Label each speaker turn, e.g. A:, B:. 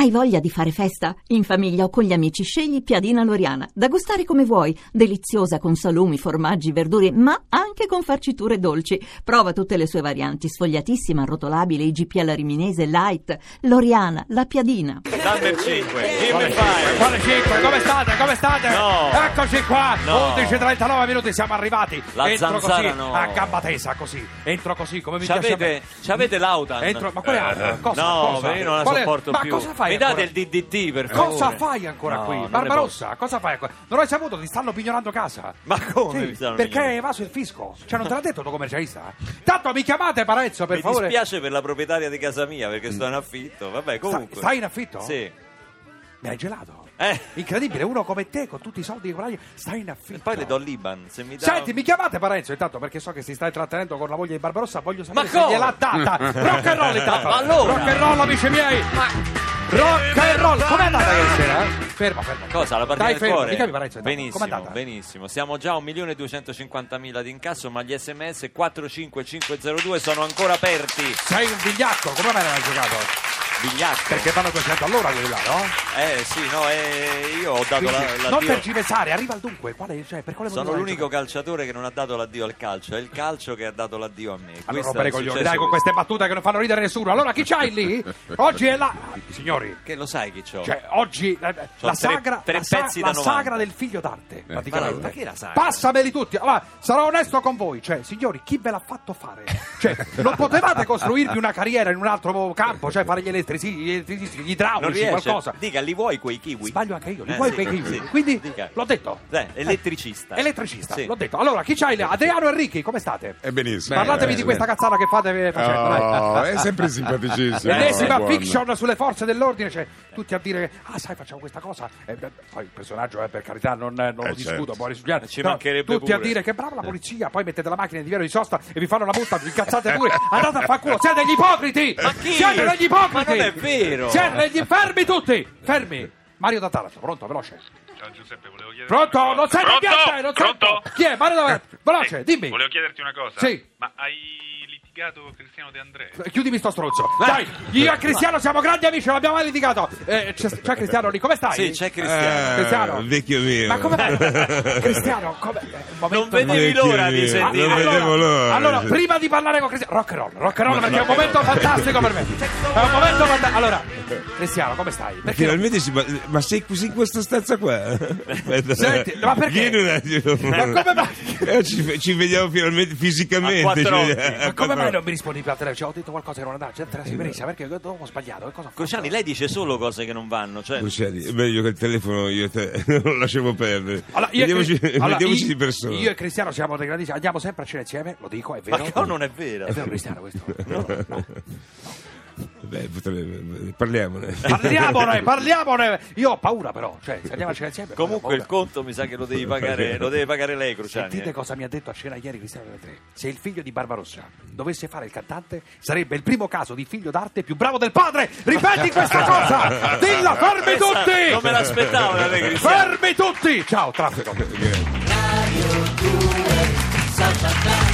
A: Hai voglia di fare festa? In famiglia o con gli amici scegli Piadina Loriana, da gustare come vuoi, deliziosa con salumi, formaggi, verdure, ma anche con farciture dolci. Prova tutte le sue varianti, sfogliatissima, arrotolabile, IGP alla riminese, light. Loriana, la Piadina.
B: Number 5,
C: Eh.
B: Gimme
C: Quale-
B: 5.
C: Quale 5? Come state? Come state?
B: No.
C: Eccoci qua,
B: No.
C: 11.39 minuti, siamo arrivati.
B: La
C: entro
B: zanzara
C: così,
B: no.
C: a gamba tesa, così. Entro così, come mi piace a
B: C'avete,
C: me.
B: c'avete l'Audan?
C: Entro, ma quale Audan? Cosa,
B: no,
C: cosa?
B: perché io non la
C: Qual è-
B: sopporto
C: ma
B: più.
C: cosa fai
B: Mi date il
C: ancora?
B: DDT per favore.
C: Cosa fai ancora
B: No, non
C: qui?
B: ne
C: Barbarossa, cosa fai ancora? Non l'hai saputo, ti stanno pignorando casa.
B: Ma come
C: Sì,
B: mi stanno
C: perché
B: pignorando?
C: hai evaso il fisco? Cioè, non te l'ha detto il tuo commercialista? Tanto mi chiamate Parezzo, per
B: Mi
C: favore. Mm.
B: dispiace per la proprietaria di casa mia perché sto in affitto. Vabbè, comunque.
C: stai in affitto?
B: Sì.
C: Mi hai gelato.
B: Eh.
C: Incredibile, uno come te, con tutti i soldi che guadagni, stai in affitto.
B: E poi le do l'Iban. Se mi dà...
C: Senti, mi chiamate Parenzo intanto perché so che si sta intrattenendo con la moglie di Barbarossa, voglio sapere
B: Ma
C: se
B: come?
C: gliel'ha data. Rock and roll intanto.
B: Ma allora?
C: Rock and roll, amici miei. Rock and roll. Com'è andata ieri sera? eh? Ferma, ferma.
B: Cosa? La partita
C: Dai,
B: del
C: fermo,
B: cuore?
C: Mi chiami Parenzo intanto. Com'è
B: Benissimo,
C: andata?
B: benissimo. Siamo già a 1.250.000 di incasso, ma gli sms 45502 sono ancora aperti.
C: Sei un vigliacco, come mai non hai giocato?
B: Bigliacco.
C: Perché fanno 200 all'ora quelli là, no?
B: Eh sì, no, eh, io ho dato la,
C: Quindi,
B: l'addio.
C: non tergiversare, arriva al dunque. Qual è, cioè, per quale
B: Sono
C: motivo hai
B: l'unico
C: giocato?
B: calciatore che non ha dato l'addio al calcio, è il calcio che ha dato l'addio a me.
C: Allora
B: Questo
C: rompere i
B: è
C: coglioni,
B: successo
C: dai, con
B: questo.
C: queste battute che non fanno ridere nessuno. Allora, chi c'hai lì? Oggi è la... Signori,
B: Che lo sai chi c'ho?
C: Cioè, oggi eh, eh,
B: Sono
C: la
B: tre-
C: sagra,
B: tre
C: la sa-
B: pezzi
C: la
B: da 90.
C: sagra del figlio d'arte. praticamente.
B: ma che la sagra?
C: Passameli tutti. Allora, sarò onesto con voi, cioè, signori, chi ve l'ha fatto fare? Cioè, non potevate costruirvi una carriera in un altro campo, cioè fare gli elettricisti, gli, elettricisti, gli
B: non
C: idraulici,
B: riesce.
C: qualcosa.
B: Dica, li vuoi quei kiwi?
C: Sbaglio anche io, li
B: Eh,
C: vuoi
B: sì,
C: quei kiwi?
B: sì.
C: Quindi
B: Dica.
C: l'ho detto.
B: Eh, elettricista.
C: Elettricista,
B: Sì.
C: l'ho detto. Allora, chi c'hai? lì? Adriano Enrichi, come state?
D: È benissimo.
C: Parlatevi
D: Eh,
C: di
D: bene.
C: questa cazzata che fate eh, facendo, dai.
D: Oh, è sempre simpaticissimo.
C: L'ennesima
D: buono.
C: fiction sulle forze dell'ordine, cioè tutti a dire ah sai facciamo questa cosa, e, beh, poi il personaggio eh, per carità non, eh, non
D: Eh,
C: lo discuto,
D: certo.
C: può risultare,
B: Ci
C: però
B: mancherebbe
C: tutti a
B: pure.
C: dire che brava la polizia, poi mettete la macchina in divieto di sosta e vi fanno la multa, vi incazzate pure, andate a far culo, siete degli ipocriti,
B: Ma chi?
C: siete degli ipocriti,
B: Ma non è vero.
C: siete degli fermi tutti, fermi, Mario da Taranto, pronto, veloce,
E: Ciao Ah, Giuseppe, volevo chiedere
C: pronto,
E: una
C: non
E: cosa.
C: sei
E: pronto?
C: niente, non sei-
E: pronto?
C: chi è, Mario da veloce,
E: Eh,
C: dimmi,
E: Volevo chiederti una cosa.
C: Sì.
E: Ma hai litigato con Cristiano De Andrea?
C: Chiudimi sto stronzo. Dai, io e Cristiano siamo grandi amici, non abbiamo mai litigato. Eh, c'è, c'è Cristiano lì, come stai?
B: Sì, c'è Cristiano.
D: Eh,
C: Cristiano.
D: vecchio mio.
C: Ma come Cristiano, come... eh,
B: Non vedevi
D: Vecchio
B: l'ora di
D: mio.
B: sentire.
D: Non vedevo l'ora.
C: allora,
D: Sì.
C: prima di parlare con Cristiano, rock and roll, rock and roll perché è un momento fantastico per me. È un momento fantastico. Allora, Cristiano, come stai? Perché
F: Finalmente si ba- ma sei così in questa stanza qua? Aspetta.
C: Senti, ma perché?
F: Vieni un attimo.
C: Ma come mai?
F: Eh, ci, ci vediamo finalmente fisicamente.
B: A
F: cioè,
B: quattro
F: ci
B: occhi.
F: vediamo.
C: Ma come mai non mi rispondi più al telefono? Cioè, ho detto qualcosa che non andava, cioè, te la sei presa perché ho sbagliato. Che cosa ho fatto?
B: Cruciani, lei dice solo cose che non vanno. Cioè,
F: Cruciani, beh, io che il telefono io e te lo lasciamo perdere.
C: Allora, io e
F: vediamoci
C: Cri- allora,
F: vediamoci
C: io-
F: di persona.
C: Io e Cristiano siamo dei grandissimi, andiamo sempre a cena insieme, lo dico, è
B: ma
C: vero.
B: no, non è vero.
C: È vero Cristiano questo.
F: Beh, potrebbe- parliamone.
C: Parliamone, parliamone. Io ho paura però, cioè, se andiamo a cena insieme.
B: Comunque il
C: co...
B: conto mi sa che lo devi pagare, lo deve pagare lei, Cruciani.
C: Sentite
B: eh.
C: cosa mi ha detto a cena ieri Cristiano delle Tre. Se il figlio di Barbarossa dovesse fare il cantante, sarebbe il primo caso di figlio d'arte più bravo del padre. Ripeti questa cosa! Dilla, fermi
B: Questa Non me
C: tutti!
B: l'aspettavo da te, Cristiano.
C: Fermi tutti! Ciao, traffico.